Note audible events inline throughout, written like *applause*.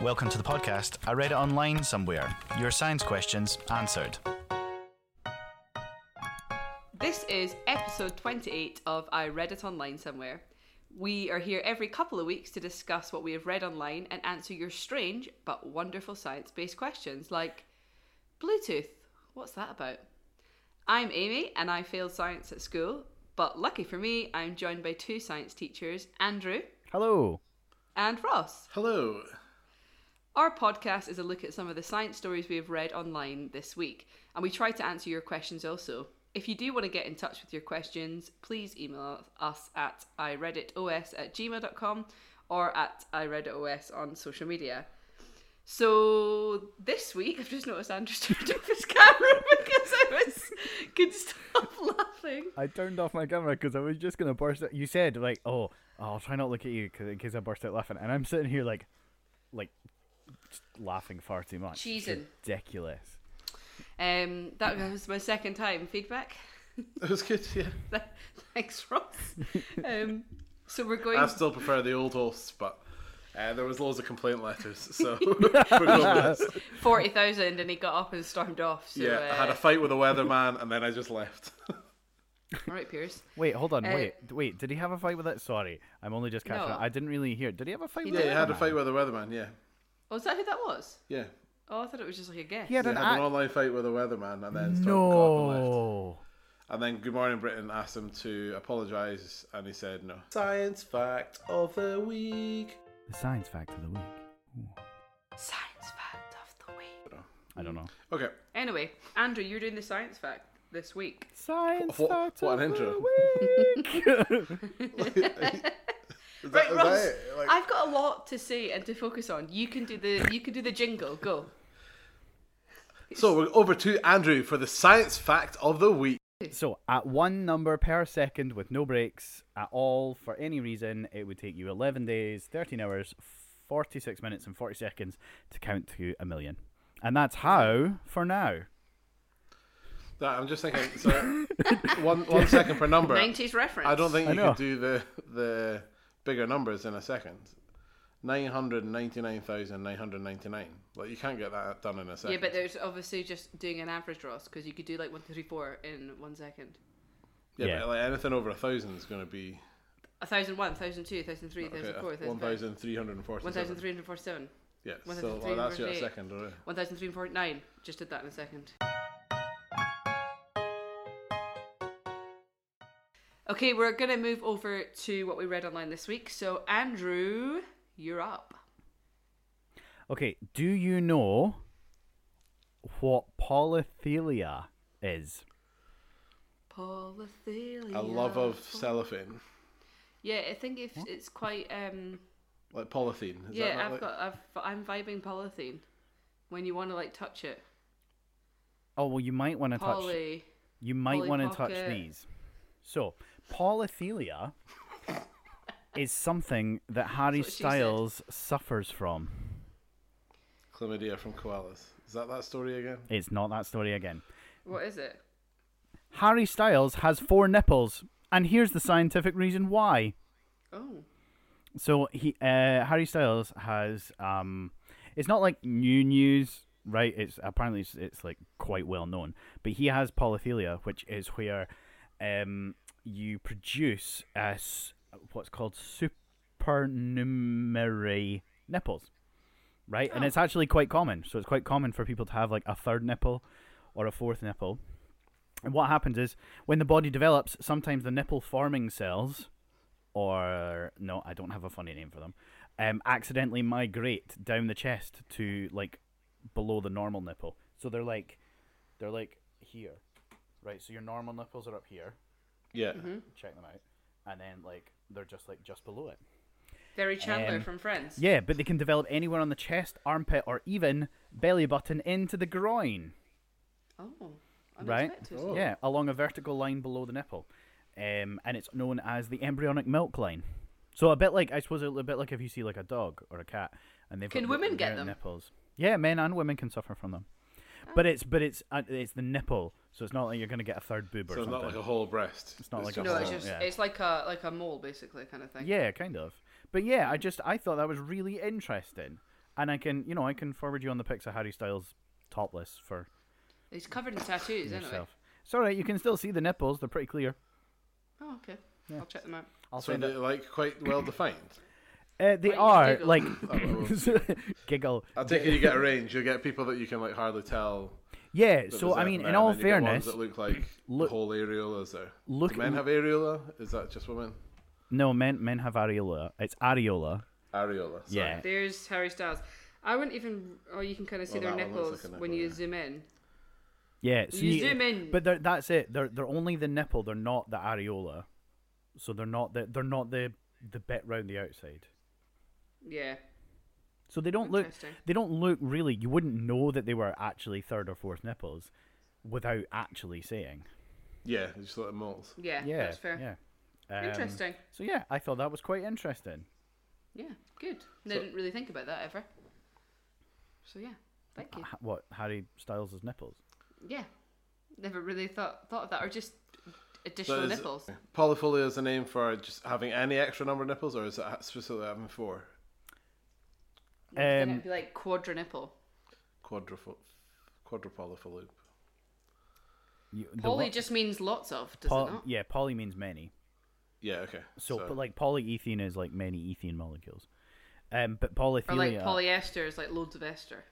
Welcome to the podcast. I read it online somewhere. Your science questions answered. This is episode 28 of I Read It Online Somewhere. We are here every couple of weeks to discuss what we have read online and answer your strange but wonderful science based questions like Bluetooth, what's that about? I'm Amy and I failed science at school, but lucky for me, I'm joined by two science teachers, Andrew Hello. and Ross. Hello. Our podcast is a look at some of the science stories we have read online this week, and we try to answer your questions also. If you do want to get in touch with your questions, please email us at ireaditos at gmail.com or at ireaditos on social media. So this week, *laughs* I've just noticed Andrew's turned off his camera *laughs* because I was could stop *laughs* laughing. I turned off my camera because I was just gonna burst out. You said like, "Oh, I'll try not to look at you 'cause- in case I burst out laughing," and I'm sitting here like, like, just laughing far too much. It's Cheesing. Ridiculous. Um, that was my second time. Feedback. *laughs* That was good, yeah. Thanks, Ross. Um, so we're going. I still prefer the old horse, but uh, there was loads of complaint letters, so *laughs* we're going with this. forty thousand, and he got up and stormed off. So, uh, Yeah, I had a fight with a weatherman and then I just left. *laughs* all right, Pierce. Wait, hold on. Uh, wait, d- wait. Did he have a fight with it? Sorry, I'm only just catching No. up. I didn't really hear. Did he have a fight? He with yeah, it? you had a fight with a weatherman, yeah. Oh, is that who that was? Yeah. Oh, I thought it was just like a guess. He had Yeah, an I had an act- Oh. online fight with a weatherman and then stormed off and left. No. And then Good Morning Britain asked him to apologise and he said no. Science fact of the week. The science fact of the week. Science fact of the week. I don't know. Okay. Anyway, Andrew, you're doing the science fact this week. Science What- fact what an of intro. the week. Is Right, is Ross. it? Like- I've got a lot to say and to focus on. You can do the you can do the jingle. Go. so we're over to Andrew for the science fact of the week. So at one number per second with no breaks at all for any reason, it would take you 11 days, 13 hours, 46 minutes and 40 seconds to count to a million. And that's how for now. That, I'm just thinking, *laughs* so one, one second per number. Nineties reference. Uh, I don't think I you know. could do the the bigger numbers in a second. Nine hundred ninety nine thousand nine hundred ninety nine. Like you can't get that done in a second. Yeah, but there's obviously just doing an average, Ross, because you could do like one, two, three, four in one second. yeah, Yeah. But, like anything over a thousand is going to be A thousand one, thousand two, thousand three, thousand four, one thousand five, thousand three hundred forty. one thousand three hundred forty-seven, Yeah, one so thousand three like, that's hundred your eight. second, right? one thousand three forty-nine. Just did that in a second. Okay, we're gonna move over to what we read online this week. So Andrew, you're up. Okay, do you know what polythelia is? Polythelia. A love of cellophane, Yeah, I think if it's quite. um like polythene. Is that Yeah, not I've like- got. I've, I'm vibing polythene. When you want to like touch it, Oh, well you might want to touch poly. you might Polly want to touch Pocket. these. So, *laughs* polythelia is something that Harry what she said. Styles suffers from. chlamydia from koalas. Is that that story again? It's not that story again. What is it? Harry Styles has four nipples, and here's the scientific reason why. Oh, So he, uh, Harry Styles has, um, it's not like new news, right? It's apparently it's, it's like quite well known, but he has polythelia, which is where, um, you produce as what's called supernumerary nipples, right? And it's actually quite common. So it's quite common for people to have like a third nipple or a fourth nipple. And what happens is when the body develops, sometimes the nipple forming cells, or no, I don't have a funny name for them, um, accidentally migrate down the chest to like below the normal nipple. So they're like, they're like here, right? So your normal nipples are up here. Yeah. Mm-hmm. Check them out, and then like they're just like just below it. Derry Chandler Um, from Friends. Yeah, but they can develop anywhere on the chest, armpit, or even belly button into the groin. Oh, right? unexpected. Oh. Yeah, along a vertical line below the nipple, um, and it's known as the embryonic milk line. So a bit like I suppose a little bit like if you see like a dog or a cat, and they've Can got women the, get their them? Oh. nipples. Yeah, men and women can suffer from them, but it's but it's uh, it's the nipple, so it's not like you're gonna get a third boob or So it's something. not like a whole breast. It's not like a No, it's Oh, just yeah. it's like a like a mole basically kind of thing. Yeah, kind of. But yeah, I just I thought that was really interesting, and I can you know I can forward you on the pics of Harry Styles topless for He's covered in tattoos anyway. yourself. It's all right. You can still see the nipples; they're pretty clear. Oh, okay. I'll check them out. I'll so send it. they're like quite well defined. Uh, they Why you are giggle? *coughs* like *laughs* well. giggle. I think *laughs* you get a range. You get people that you can like hardly tell. Yeah. that So there's I mean, anything in there, all and then you get fairness, ones that look like look- the whole areolas there. look- Do men have areola? Is that just women? no men men have areola. It's areola. Areola. Sorry. Yeah. There's Harry Styles. I wouldn't even. Oh, you can kind of see Well, their that one nipples looks like a when nipple, you yeah. zoom in. Yeah. You see- zoom in. But they're, that's it. They're they're only the nipple. They're not the areola. So they're not the they're not the the bit round the outside. Yeah. So they don't look Interesting. they don't look really. You wouldn't know that they were actually third or fourth nipples without actually saying. Yeah. They just like moles. Yeah. Yeah. That's fair. Yeah. Um, Interesting. So yeah, I thought that was quite interesting. Yeah. Good. No, I didn't really think about that ever. So yeah. Thank you. Ha- What Harry Styles' nipples? Yeah. Never really thought thought of that, or just So additional is- nipples. Polyphilia is the name for just having any extra number of nipples, or is it specifically having four? then Um, it'd be like quadrinipple. Quadrifo- quadrupolyphilip. You- the Poly what- just means lots of, does Poly, it not? yeah, poly means many. Yeah, okay. So, Sorry. but like polyethene is like many ethene molecules. Um, but polythelia. Or like polyester is like loads of ester.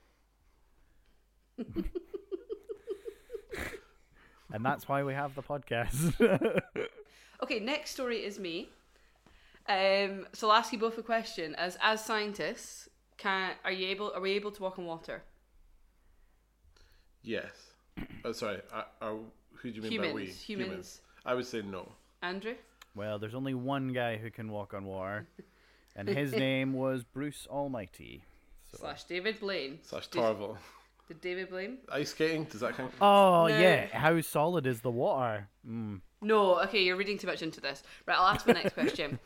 and that's why we have the *laughs* podcast. Okay, next story is me. Um, so I'll ask you both a question. As as scientists, can are you able are we able to walk on water? yes. *clears throat* Oh, sorry. I, are, who do you mean by we? Humans, humans. I would say no. Andrew? well, there's only one guy who can walk on water, and *laughs* his name was Bruce Almighty. Slash David Blaine. Slash Did- Torval. Did David Blaine? Ice skating. Does that count? Oh No. yeah, how solid is the water? Hmm, No, okay, you're reading too much into this. Right, I'll ask the *laughs* next question.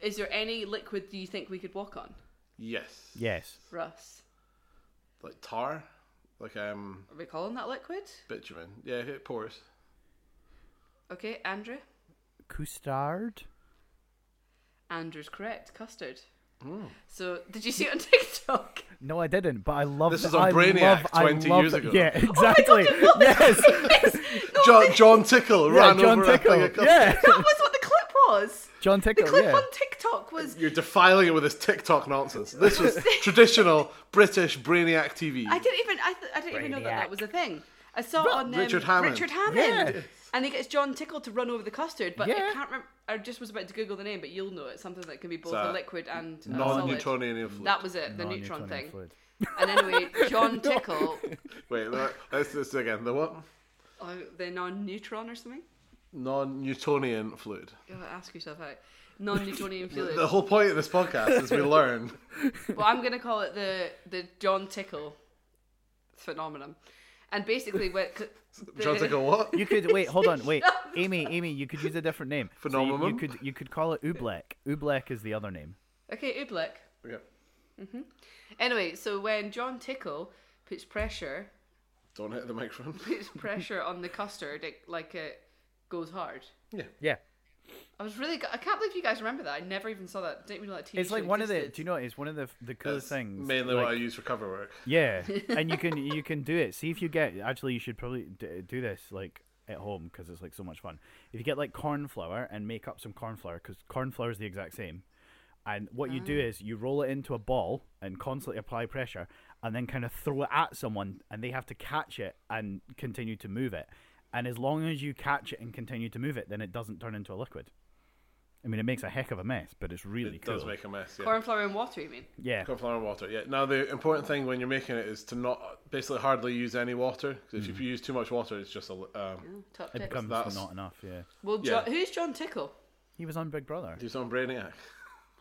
Is there any liquid do you think we could walk on? Yes. Yes. Russ. Like tar, like um Are we calling that liquid? bitumen. Yeah, it pours. Okay, Andrew? Custard. Andrew's correct. Custard. Hmm. So did you see it *laughs* on TikTok? No, I didn't. But I love. This that- is on I Brainiac love- I 20 love years that- ago. *laughs* Yeah, Oh exactly. yes. *laughs* John, John Tickle Yeah, ran John over a, Tickle. like, a Yeah, That was what the clip was. *laughs* John The Tickle. clip yeah. on TikTok was You're defiling it with this TikTok nonsense. This *laughs* was traditional British Brainiac TV. I didn't even I, th- I didn't even know that that was a thing. I saw on um, Richard Hammond. Richard Hammond. And he gets John Tickle to run over the custard, but Yeah. I can't remember. I just was about to Google the name, but you'll know it. Something that can be both So, a liquid and a solid. Non-Newtonian influence. That was it, the Non-Newtonian neutron thing. fluid. And anyway, John Tickle, *laughs* Wait, that- let's do this again. The what? oh, the non-neutron or something. Non-Newtonian fluid. You'll ask yourself out. Non-Newtonian fluid. The whole point of this podcast *laughs* is we learn. Well, I'm going to call it the the John Tickle phenomenon. And basically, what the- John Tickle, what? You could wait. Hold on. *laughs* Wait, Amy. Amy, you could use a different name. So you- you, Phenomenon? could you could call it Ublek. Ublek is the other name. Okay, Ublek. Yeah. Anyway, so when John Tickle puts pressure *laughs* Don't hit the microphone. puts pressure on the custard, it, like it goes hard. Yeah. I was really go- I can't believe you guys remember that. I never even saw that. Didn't even know that TV It's show like one of the. existed. Do you know? It's one of the the coolest That's things. mainly like, what I use for cover work. Yeah, and you can you can do it. See if you get. Actually, you should probably d- do this. Like at home because it's like so much fun. If you get like corn flour and make up some corn flour because corn flour is the exact same, and what you do is you roll it into a ball and constantly apply pressure and then kind of throw it at someone and they have to catch it and continue to move it. And as long as you catch it and continue to move it, then it doesn't turn into a liquid. I mean, it makes a heck of a mess, but it's really it cool. does make a mess. Yeah. Corn flour and water, you mean? yeah, Cornflour and water. Yeah. Now the important thing when you're making it is to not basically hardly use any water because if you use too much water, it's just a. li- Um, Top it tips. becomes That's- not enough. Yeah, well, yeah. Jo- who's John Tickle? he was on Big Brother. do some brainiac.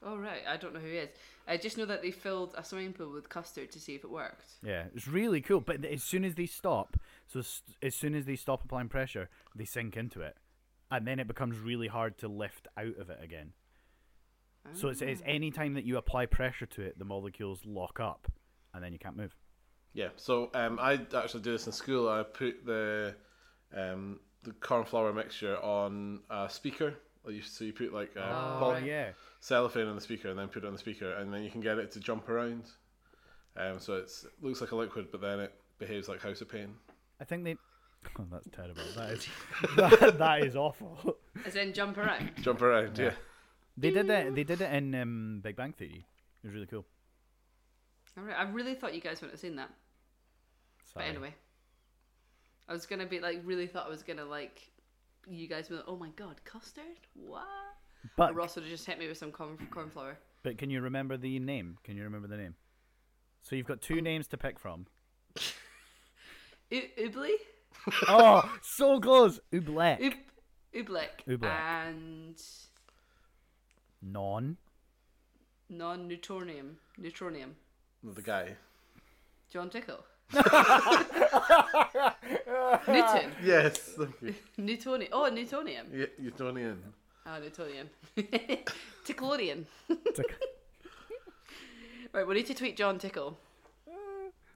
Oh right, I don't know who he is. I just know that they filled a swimming pool with custard to see if it worked. Yeah, it's really cool. But as soon as they stop, so s- as soon as they stop applying pressure, they sink into it, and then it becomes really hard to lift out of it again. So it's, it's any time that you apply pressure to it, the molecules lock up, and then you can't move. Yeah. So um, I actually do this in school. I put the um, the cornflour mixture on a speaker. Like you- So you put like uh, Oh pol- yeah, cellophane on the speaker and then put it on the speaker and then you can get it to jump around. Um, so it's, it looks like a liquid, but then it behaves like House of Pain. I think they. *laughs* Oh, that's *laughs* terrible. That is that, that is awful. As in *laughs* jump around. Jump around, yeah. They did that. They did it in um, Big Bang Theory. It was really cool. All right, I really thought you guys wouldn't have seen that. But Sorry. anyway, I was gonna be like, really thought I was gonna like, you guys were like, oh my god, custard? What? but Ross would have just hit me with some corn corn flour. But can you remember the name? Can you remember the name? So you've got two names to pick from. U- Ubly, Oh, so close. Oobleck. Ub, Ublek, Ublek. and Non. non-neutronium, neutronium. The guy. *laughs* John Tickle. Newton, Yes. *laughs* Thank you. Newtonian. Oh, Newtonium. Yeah, you're done in. Oh, *laughs* Newtonian. Ticklodian. Tick- *laughs* Right, we need to tweet John Tickle.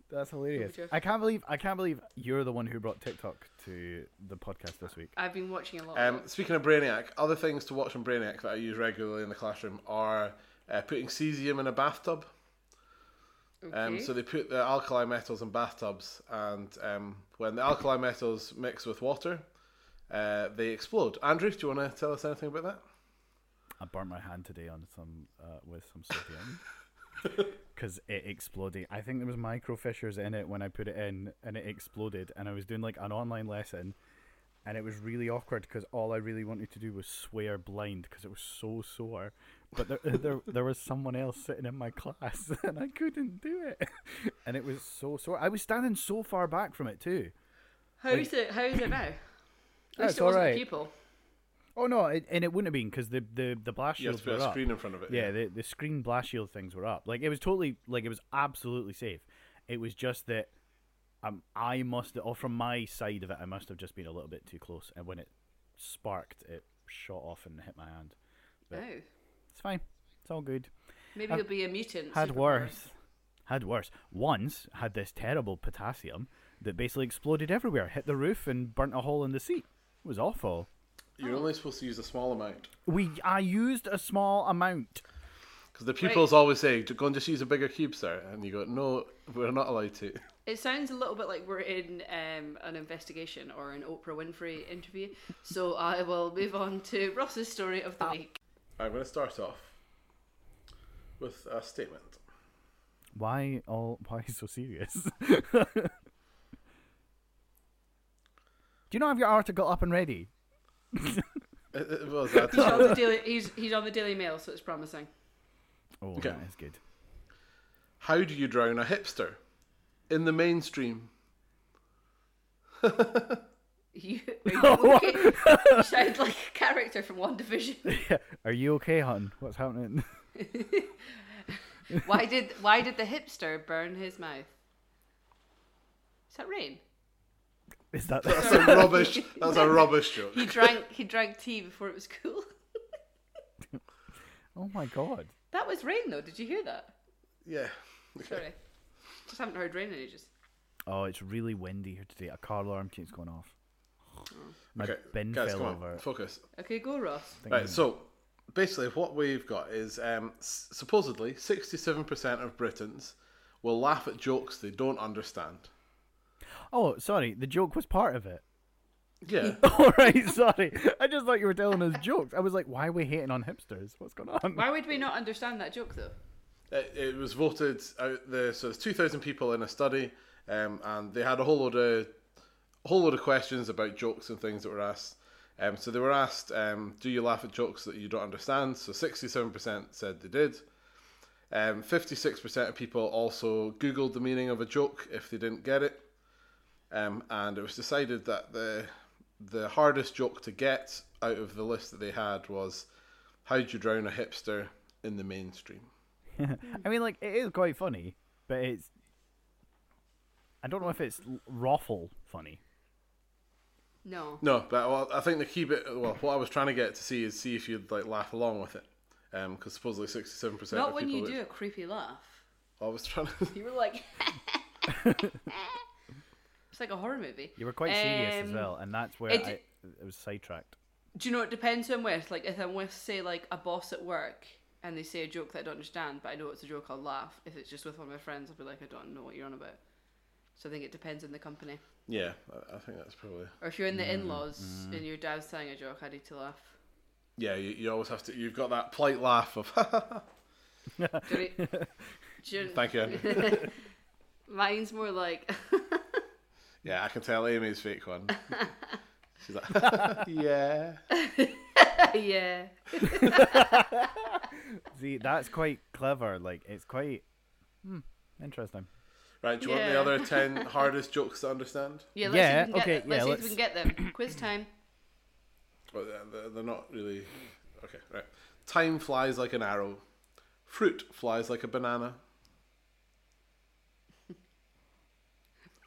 That's hilarious. I can't believe I can't believe you're the one who brought TikTok to the podcast this week. I've been watching a lot. of Um, speaking of Brainiac, other things to watch on Brainiac that I use regularly in the classroom are uh, putting cesium in a bathtub. it. Um, Okay. So they put the alkali metals in bathtubs, and um, when the alkali metals mix with water, uh, they explode. Andrew, do you want to tell us anything about that? I burnt my hand today on some uh, with some sodium because it exploded. I think there was micro fissures in it when I put it in, and it exploded. And I was doing like an online lesson, and it was really awkward because all I really wanted to do was swear blind because it was so sore. But there, *laughs* there, there was someone else sitting in my class, *laughs* and I couldn't do it. *laughs* And it was so sore. I was standing so far back from it too. How is it? How is it now? At least it's it wasn't alright. a pupil. Oh no, it, and it wouldn't have been because the the the blast You have shields to put were a up. screen in front of it. Yeah, the the screen blast shield things were up. Like it was totally like it was absolutely safe. It was just that um I must or from my side of it I must have just been a little bit too close and when it sparked it shot off and hit my hand. No. It's fine. It's all good. Oh, Maybe he'll be a mutant. Had superpower. worse. Had worse. Once had this terrible potassium that basically exploded everywhere, hit the roof and burnt a hole in the seat. It was awful. You're only supposed to use a small amount We I used a small amount. because the pupils always say, "Go and just use a bigger cube, sir," and you go, "No, we're not allowed to." It sounds a little bit like we're in um, an investigation or an Oprah Winfrey interview. So I will move on to Ross's story of the week. I'm going to start off with a statement. *laughs* Why all? Why *laughs* so serious? Do you not have your article up and ready? It, it was a- He's on, the Daily, he's, he's on the Daily Mail, so it's promising. *laughs* Oh, Okay. that is good. How do you drown a hipster in the mainstream? You, are you, okay? you sound like a character from One Division. Are you okay, hon? What's happening? *laughs* Why did Why did the hipster burn his mouth? Is that rain? Is that *laughs* That's a rubbish. That's a rubbish joke. He drank he drank tea before it was cool. Oh my god! That was rain though. Did you hear that? Yeah. Sorry, just haven't heard rain in ages. Oh, it's really windy here today. A car alarm keeps going *sighs* off. My Okay, bin guys, fell come on, over. Focus. Okay, go Ross. Right. So basically, what we've got is um, s- supposedly sixty-seven percent of Britons will laugh at jokes they don't understand. Oh, sorry. The joke was part of it. *laughs* Yeah. All right, sorry. I just thought you were telling us jokes. I was like, why are we hating on hipsters? What's going on? Why would we not understand that joke though? It, Uh, it was voted out there. So there's 2,000 people in a study, um, and they had a whole load of a whole load of questions about jokes and things that were asked. Um, so they were asked, um, "Do you laugh at jokes that you don't understand?" So 67% said they did. Um, 56% of people also Googled the meaning of a joke if they didn't get it. Um, and it was decided that the the hardest joke to get out of the list that they had was, "How'd you drown a hipster in the mainstream?" I mean, like, it is quite funny, but it's. I don't know if it's l- raffle funny. No. No, but well, I think the key bit, well, what I was trying to get to see is see if you'd like laugh along with it, because supposedly sixty-seven percent. Not of when people you would- do a creepy laugh. I was trying to. *laughs* You *laughs* were like *laughs* It's like a horror movie. You were quite serious as Um, well, and that's where it- I, it was sidetracked. Do you know it depends who I'm with? Like if I'm with say like a boss at work and they say a joke that I don't understand, but I know it's a joke, I'll laugh. If it's just with one of my friends, I'll be like, I don't know what you're on about. So I think it depends on the company. yeah, I, I think that's probably. Or if you're in the Mm-hmm. in-laws and your dad's telling a joke, I need to laugh. Yeah, you, you always have to. You've got that polite laugh of. *laughs* Do *laughs* we- do you- Thank *laughs* you. Andrew. Mine's more like *laughs* yeah, I can tell Amy's fake one. She's like, *laughs* yeah. yeah. See, that's quite clever. Like, it's quite. Hmm, interesting. *laughs* Right, do you want the Yeah. *laughs* other ten hardest jokes to understand? Yeah, let's Yeah, see if we can okay, get, let's yeah, see if we can get them. Quiz time. Well, they're- they're, they're not really. Okay, right. Time flies like an arrow. Fruit flies like a banana.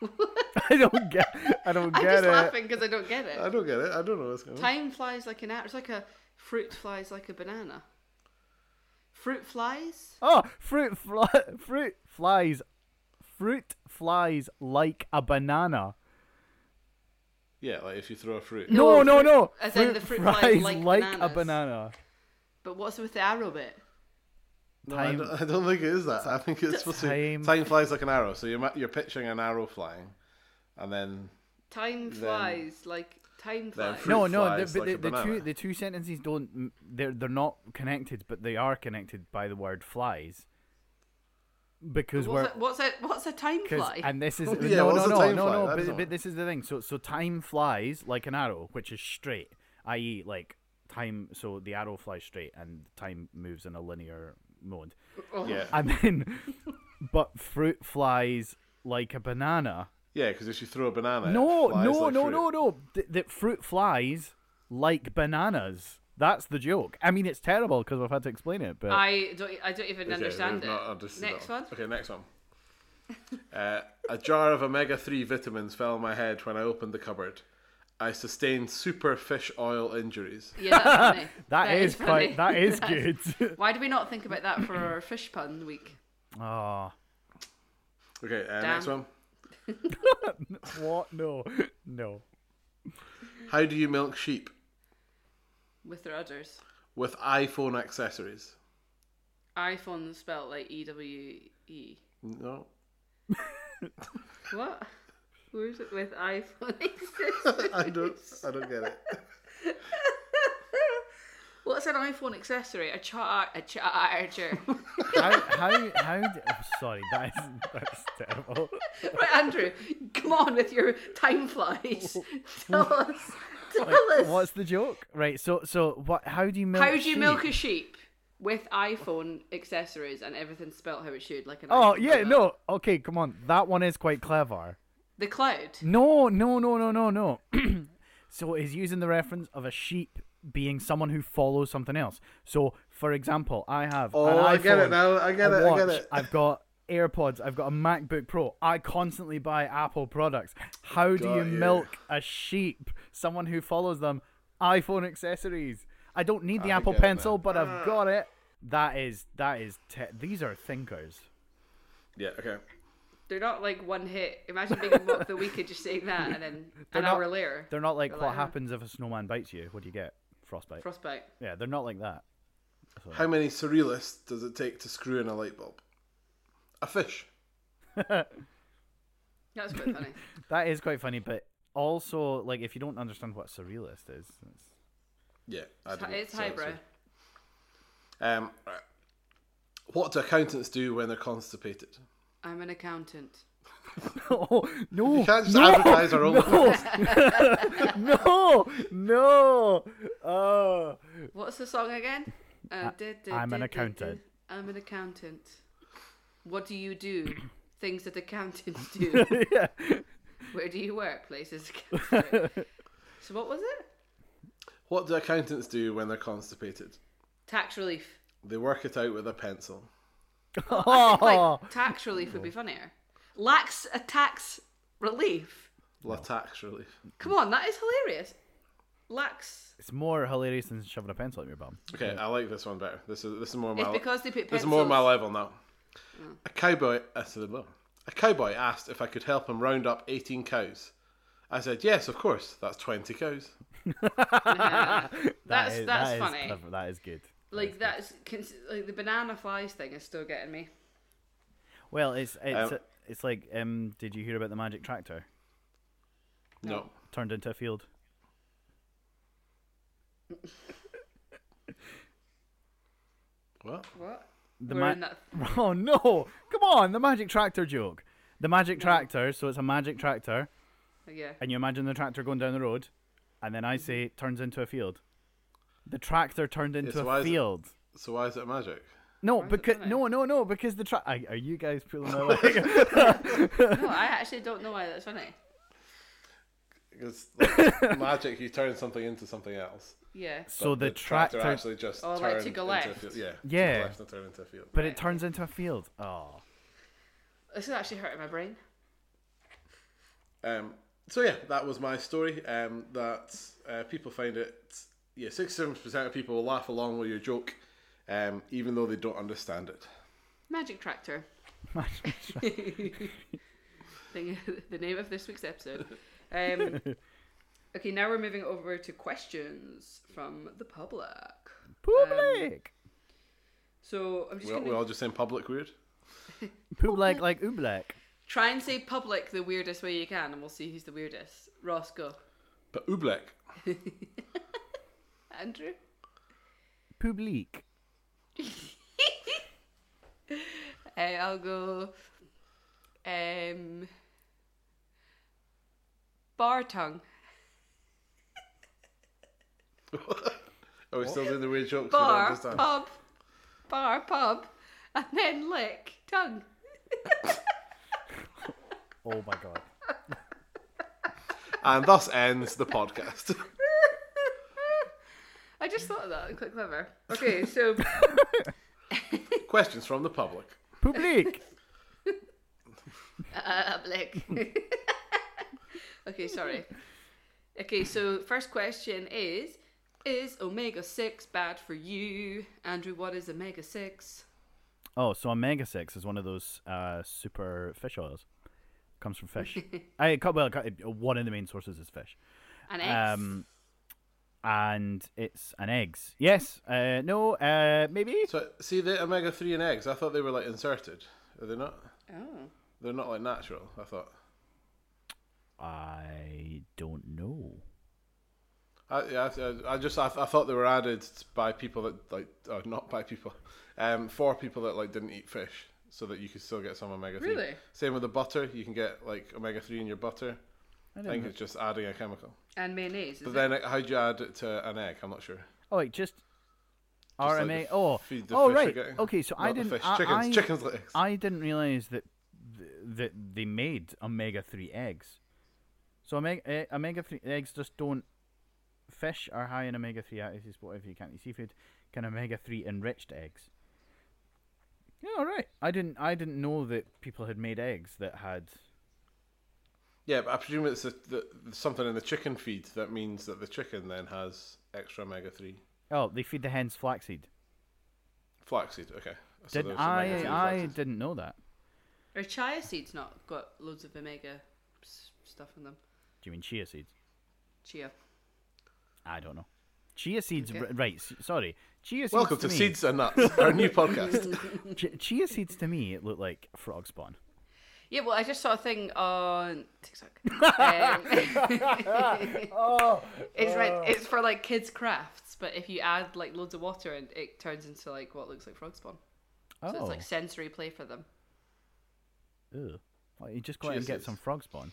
I don't get. I don't I'm get just it. laughing because I don't get I it. don't get it. I don't know what's going on. Time flies like an arrow. It's like a fruit flies like a banana. Fruit flies? Oh, fruit, fly, fruit flies, fruit flies like a banana. Yeah, like if you throw a fruit. No, no, No, fruit- no. as in the fruit flies like a bananas. banana. But what's with the arrow bit? No, I, Time- don't, I don't think it is that. I think it's supposed Time- to. Time flies like an arrow. So you're ma- you're picturing an arrow flying, and then Time flies like time Then flies. fruit- No, no, the, flies but like a the, the two banana. the two sentences don't they're they're not connected, but they are connected by the word flies. Because we're What's a, what's a what's a time 'cause- fly? and this is Oh, *laughs* yeah, no what's no a no time no fly? no That but, doesn't but work. this is the thing. So so time flies like an arrow, which is straight, i.e. like time. So the arrow flies straight, and time moves in a linear mode. yeah, And then, *laughs* but fruit flies like a banana. yeah, because if you throw a banana, it No, flies no, like no, fruit. no, no. Th- That fruit flies like bananas. That's the joke. I mean, it's terrible because we've had to explain it, but I don't I don't even Okay, understand we've it. not understood that Next *laughs* one. Okay, next one. uh, a jar of omega three vitamins fell on my head when I opened the cupboard. I sustained super fish oil injuries. Yeah, that's funny. *laughs* that is quite. funny. That *laughs* is good. *laughs* Why do we not think about that for our fish pun week? Ah, Okay, uh, Damn. next one. what? No, no. How do you milk sheep With their udders. with iPhone accessories? iPhone spelled like E W E. *laughs* No, What? Where's it with iPhone? *laughs* *laughs* I don't. I don't get it. What's an iPhone accessory? A char a charger. *laughs* How? How? How? d oh, sorry, that is that's terrible. right, Andrew, come on with your *laughs* time flies. Tell us. Tell us. What's the joke? Right. So, so what? How do you milk? How do you milk a sheep? sheep with iPhone accessories and everything spelt how it should, like an Oh iPhone yeah, does? no. Okay, come on. That one is quite clever. The cloud. No, no, no, no, no, no. *clears throat* so he's using the reference of a sheep being someone who follows something else. So, for example, I have. an Oh, I get it iPhone, now. I get a it, I get watch, it. I've got AirPods. I've got a MacBook Pro. I constantly buy Apple products. How do Got you you. milk a sheep? Someone who follows them. iPhone accessories. I don't need the I Apple get it Ah. now. Pencil, but I've got it. That is that is. Te- these are thinkers. Yeah. Okay. They're not like one hit. Imagine being mock of the week and just saying that and then *laughs* They're an not- hour later. They're not like They're what like, "Oh, happens if a snowman bites you. What do you get? Frostbite. Frostbite. yeah, they're not like that. How many cerealists does it take to screw in a light bulb? A fish. That's quite funny. *laughs* That is quite funny, but also like if you don't understand what surrealist is, it's, Yeah, I didn't It's say it, highbrow. so- Um, right. What do accountants do when they're constipated? *laughs* I'm an accountant. oh *laughs* no, We can't just no, advertise our own. *laughs* no, no, oh, What's the song again? Uh, du- du- I'm an du- du- accountant. du- I'm an accountant. What do *coughs* you do? Things *laughs* that accountants do. yeah, Where do you work? Places *laughs* accountants work. So what was it? What do accountants do when they're constipated? Tax relief. They work it out with a pencil. Oh. Like tax relief would be funnier. Lacks a tax relief. La tax relief. Come on, that is hilarious. Lacks. it's more hilarious than shoving a pencil at your bum. Okay, I like this one better. This is this is more my It's because they put this is more my pencils- Oh. level now. A cowboy I said, "Well," a cowboy asked if I could help him round up eighteen cows. I said, Yes, of course, that's twenty cows. That That's is- that's that is funny. clever, that is good. like that's cons- like the banana flies thing is still getting me. Well, it's it's Um, it's like um, did you hear about the magic tractor No. turned into a field? *laughs* What? What? The We're ma- in that- Oh no! Come on, the magic tractor joke. The magic tractor. So it's a magic tractor, Yeah. and you imagine the tractor going down the road, and then I say turns into a field. The tractor turned into Yes, why a is it- field. So why is it magic? No, is it because funny? no, no, no, because the tra- I, are you guys pulling *laughs* my leg? No, I actually don't know why that's funny. *laughs* Because like, magic, you turn something into something else. Yeah. so the, tractor, actually just Oh, like turned to go into a left. field. Yeah, Yeah. To go left and turn into a field. but it turns into a field. *laughs* Oh, This is actually hurting my brain. Um, so yeah, that was my story. Um, that uh, people find it. Yeah, sixty-seven percent of people will laugh along with your joke, um, even though they don't understand it. Magic tractor. magic tractor. Thing, *laughs* the name of this week's episode. Um, okay, now we're moving over to questions from the public. public, So I'm just We all, gonna we all just saying public weird. public like oobleck. try and say public the weirdest way you can, and we'll see who's the weirdest. Ross, go. But oobleck, Andrew. Public. Uh, I'll go. Um, bar tongue. are we still doing the weird jokes? we don't Bar understand. pub. Bar pub, and then lick tongue. Oh my god. And thus ends the podcast. *laughs* I just thought of that. Quite clever. Okay, *laughs* so Questions from the public. *laughs* Public. public. *laughs* okay, sorry. Okay, so first question is: Is omega six bad for you, Andrew? What is omega six? Oh, so omega six is one of those uh, super fish oils. Comes from *laughs* fish. I it co- well, it co- it- one of the main sources is fish, An X. Um, and it's an eggs. Yes. Uh, no. Uh, maybe. So see the omega three and eggs. I thought they were like inserted. Are they not? oh, They're not like natural. I thought. I don't know. I, yeah, I, I just I, I thought they were added by people that like or not by people, um, for people that like didn't eat fish, so that you could still get some omega three. Really? Same with the butter, you can get like omega three in your butter. I, don't think it's just adding a chemical. and mayonnaise. Is But it? then how do you add it to an egg? I'm not sure. Oh, it just. like RMA. the oh. feed the Oh, fish you're right. getting. Okay. So I Not the didn't. fish, I, chickens, I, chickens legs. I didn't realize that th- that they made omega three eggs. So omega eh, omega three eggs just don't. Fish are high in omega three. This is what if you can't eat seafood. Can omega three enriched eggs? Yeah, all right. I didn't. I didn't know that people had made eggs that had. Yeah, but I presume it's a, the, something in the chicken feed that means that the chicken then has extra omega three Oh, they feed the hens flaxseed. flaxseed. Okay. So Didn't there's I? omega-3 I flaxseed. didn't know that. Or chia seeds not got loads of omega s- stuff in them. Do you mean chia seeds? Chia. I don't know. Chia seeds, r- right? s- Sorry, chia seeds. Welcome to me- Seeds and Nuts, our new podcast. Chi- chia seeds to me it looked like frog spawn. Yeah, well, I just saw a thing on *laughs* TikTok. *laughs* Um, Oh, it's, meant, it's for like kids' crafts, but if you add like loads of water and it turns into like what looks like frog spawn. Oh, So it's like sensory play for them. Ew. Well, you just go out and get Jesus. some frog spawn.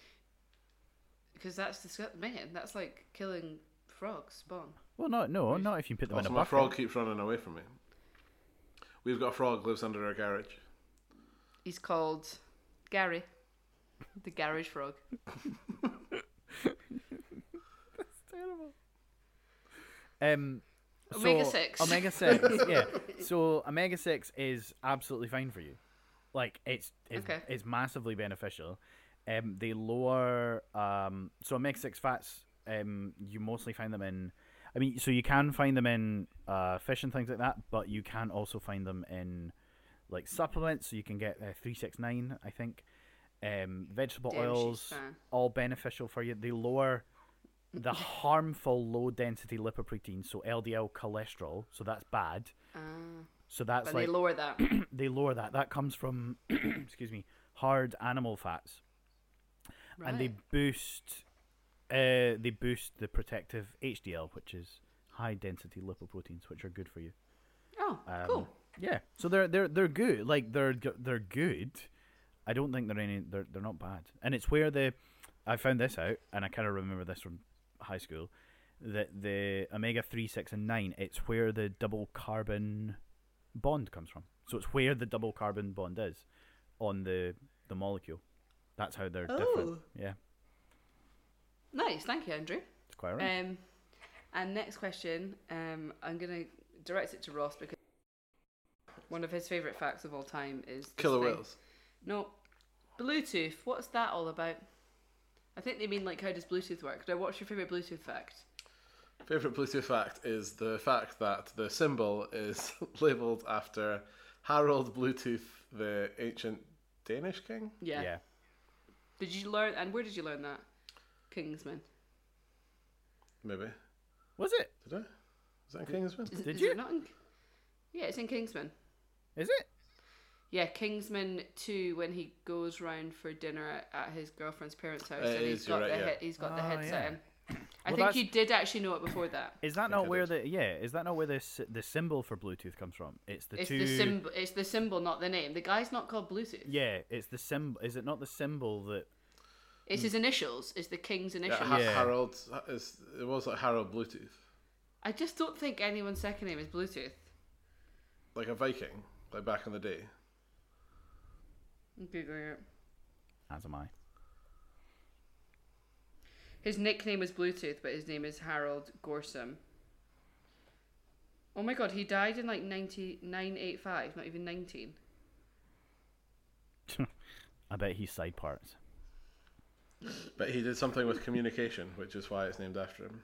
Because that's disgusting. Man, that's like killing frogs spawn. Well, no, no, not if you put them Also, in a Oh, my bucket. frog keeps running away from me. We've got a frog lives under our garage. He's called Gary, the garage frog. Um, Omega so- six. *laughs* Omega six. yeah. So omega six is absolutely fine for you. Like it's it's, Okay. it's massively beneficial. Um, they lower um so omega six fats. Um, you mostly find them in. I mean, so you can find them in uh, fish and things like that, but you can also find them in like supplements. So you can get uh, three six nine, I think. Um, vegetable Damn, she's oils, fine. all beneficial for you. They lower the harmful low density lipoprotein, so LDL cholesterol, so that's bad. so that's And like Ah. they *clears throat* lower that. they lower that. That comes from, *clears throat* excuse me, hard animal fats, and they boost, uh, they boost the protective HDL, which is high density lipoproteins, which are good for you. Oh, Um, cool. Yeah, so they're they're they're good. Like they're g- they're good. I don't think they're any. They're they're not bad. And it's where the I found this out, and I kind of remember this from high school. That the omega three, six, and nine. It's where the double carbon bond comes from. So it's where the double carbon bond is on the the molecule. That's how they're different. Oh. Yeah, Nice. Thank you, Andrew. it's quite right. Um, and next question, um, I'm going to direct it to Ross because one of his favourite facts of all time is this Killer thing. whales. No, Bluetooth. What's that all about? I think they mean like how does Bluetooth work? Now, what's your favourite Bluetooth fact? Favorite Bluetooth fact is the fact that the symbol is *laughs* labeled after Harold Bluetooth, the ancient Danish king. Yeah. yeah. Did you learn? And where did you learn that? Kingsman. Maybe Was it? did I? Was that in Kingsman? Is, it- Did is you? It not in... Yeah, it's in Kingsman. Is it? Yeah, Kingsman two when he goes round for dinner at his girlfriend's parents' house Uh, and it he's is, you're got right, the yeah. he- he's got the Oh, headset yeah. in. I Well, think that's- you did actually know it before that. Is that I not where did. the yeah? Is that not where this the symbol for Bluetooth comes from? It's the it's two. the symbol. It's the symbol, not the name. The guy's not called Bluetooth. Yeah, it's the symbol. Is it not the symbol that? It's his initials. It's the king's Yeah, initials. ha- Yeah. Harold. Is, it was like Harold Bluetooth, I just don't think anyone's second name is Bluetooth. like a Viking, like back in the day. I'm Googling it. As am I. *laughs* His nickname is Bluetooth, but his name is Harold Gorsom. Oh my god, he died in like 90, 985, not even 19. I bet he's side parts. But he did something with communication, which is why it's named after him.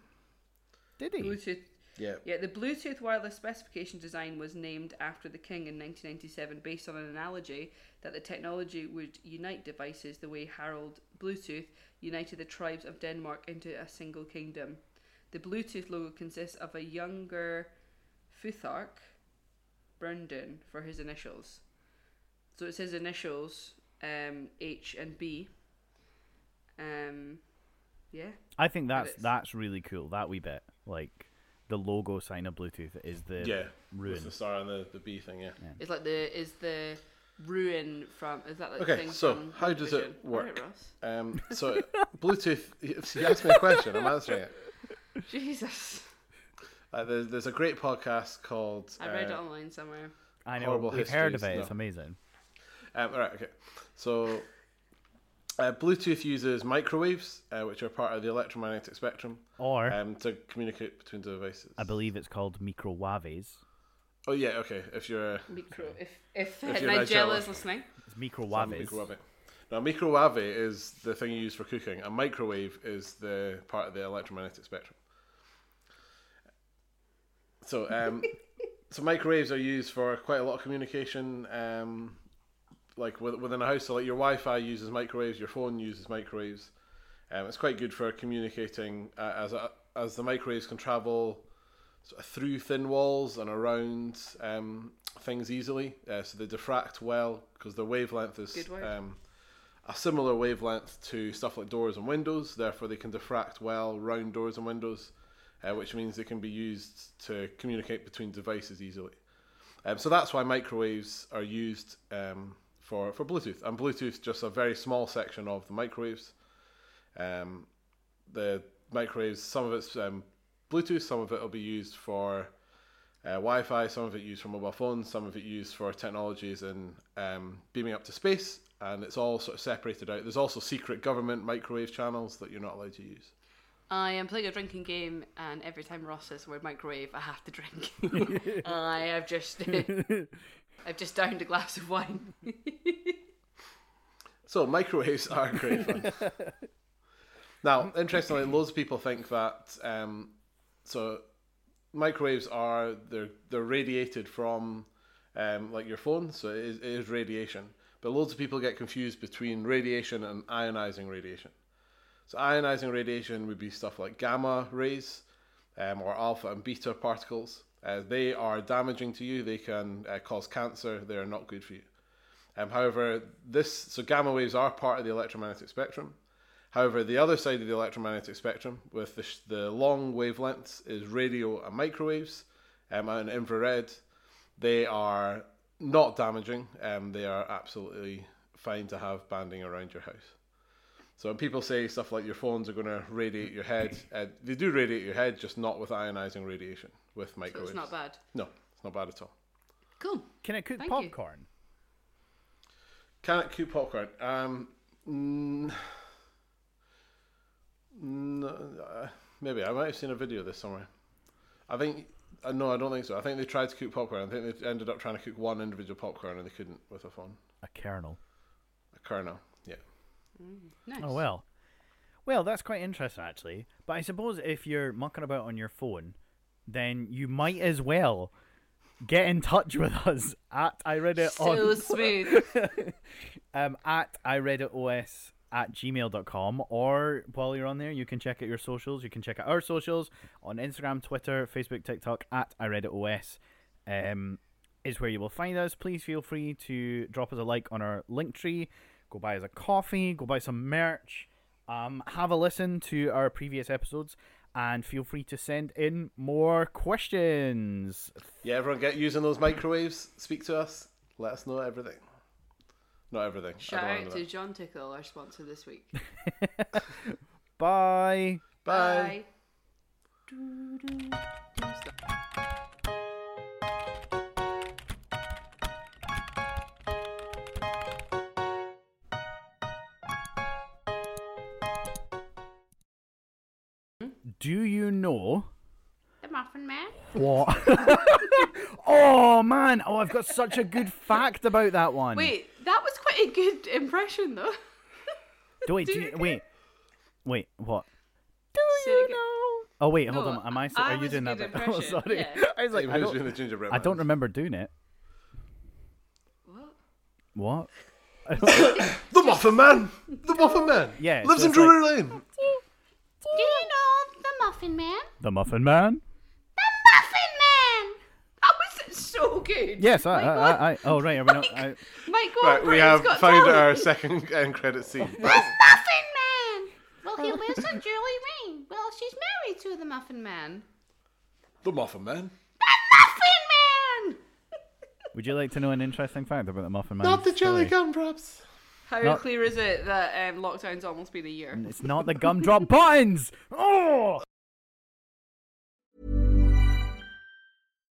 Did he? Bluetooth. Yeah. Yeah, the Bluetooth wireless specification design was named after the king in 1997 based on an analogy that the technology would unite devices the way Harold Bluetooth united the tribes of Denmark into a single kingdom. The Bluetooth logo consists of a younger Futhark Brundin for his initials. So it's his initials, um, H and B. Um, yeah. I think that's is. that's really cool. That wee bit, like the logo sign of Bluetooth, is the Yeah. With ruin. the star and the, the B thing, yeah. It's like the is the ruin from is that like the Okay, thing so from how does it WandaVision? All right, work? Ross. *laughs* Um, so Bluetooth. If you asked me a question, I'm answering it. Jesus, Uh, there's, there's a great podcast called. I read uh, it online somewhere. I know Horrible we've heard of it. histories, It's no. amazing. Um, all right, okay. So, uh, Bluetooth uses microwaves, uh, which are part of the electromagnetic spectrum, Or um, to communicate between devices. I believe it's called microwaves. oh yeah, okay. If you're uh, Micro, if if, uh, If you're Nigella Nigella. is listening, It's microwaves. microwave. Now, microwave is the thing you use for cooking, and microwave is the part of the electromagnetic spectrum. So, um, so microwaves are used for quite a lot of communication, um, like with, within a house. So, like your Wi-Fi uses microwaves, your phone uses microwaves. Um, it's quite good for communicating uh, as a, as the microwaves can travel sort of through thin walls and around um, things easily. Uh, so they diffract well because their wavelength is Good word. um, a similar wavelength to stuff like doors and windows. Therefore, they can diffract well round doors and windows, uh, which means they can be used to communicate between devices easily. Um, so that's why microwaves are used um, for for Bluetooth, and Bluetooth just a very small section of the microwaves. Um, the microwaves, some of it's um, Bluetooth, some of it will be used for uh, Wi-Fi, some of it used for mobile phones, some of it used for technologies and um, beaming up to space, and it's all sort of separated out. There's also secret government microwave channels that you're not allowed to use. I am playing a drinking game, and every time Ross says the word microwave, I have to *laughs* drink. I have just, *laughs* I've just downed a glass of wine. *laughs* So microwaves *laughs* are great fun. now, interestingly, loads of people think that um, so microwaves are they're they're radiated from um, like your phone, so it is, it is radiation. But loads of people get confused between radiation and ionizing radiation. So ionizing radiation would be stuff like gamma rays um, or alpha and beta particles. Uh, they are damaging to you. They can uh, cause cancer. They are not good for you. Um, however, this so gamma waves are part of the electromagnetic spectrum. However, the other side of the electromagnetic spectrum, with the, sh- the long wavelengths, is radio and microwaves um, and infrared. They are not damaging. Um, they are absolutely fine to have banding around your house. So when people say stuff like your phones are going to radiate *laughs* your head, uh, they do radiate your head, just not with ionizing radiation, with microwaves. it's not bad. No, it's not bad at all. Cool. Can it cook Thank you. popcorn? Can it cook popcorn? Um, n- n- uh, maybe I might have seen a video of this somewhere. I think uh, no, I don't think so. I think they tried to cook popcorn. I think they ended up trying to cook one individual popcorn and they couldn't with a phone, A kernel. a kernel. Yeah, Nice. Oh well. Well, that's quite interesting actually. But I suppose if you're mucking about on your phone, then you might as well get in touch with us at I read it So on *laughs* smooth. um, at I read it OS at gmail.com or while you're on there you can check out your socials you can check out our socials on instagram twitter facebook tiktok at i read it os um, is where you will find us please feel free to drop us a like on our link tree go buy us a coffee go buy some merch um, have a listen to our previous episodes and feel free to send in more questions yeah. Everyone get using those microwaves. Speak to us. Let us know everything. Not everything. I Shout don't wanna out do to that. John Tickle, our sponsor this week. bye Bye. do you know The Muffin Man. What? *laughs* oh man! Oh, I've got such a good fact about that one. Wait, that was quite a good impression though. do, wait, do do you you, get- wait, wait. What? Do Say it again. know? Oh wait, hold No, on. Am I? s- I are you was doing a that? good bit? *laughs* Oh, impression, sorry. yeah. I was like, Who's I don't, doing the gingerbread I don't man? remember doing it. What? What? The Muffin Man. The Muffin Man. Yeah, Lives so in it's like- Drury Lane. Do you know the Muffin Man? The Muffin Man? The Muffin Man! That was so good. Yes, I, My I, God. I, I. Oh right, are we not? I, Mike, go on, Right, we Brian's have got found talent. our second end credit scene. Muffin Man! Well, he lives in Julie Rain. Well, she's married to the Muffin Man. the Muffin Man. The Muffin Man! would you like to know an interesting fact about the Muffin Man? Not the jelly story? gumdrops. How Not- clear is it that um, lockdown's almost been a year? It's not the gumdrop buttons. Oh.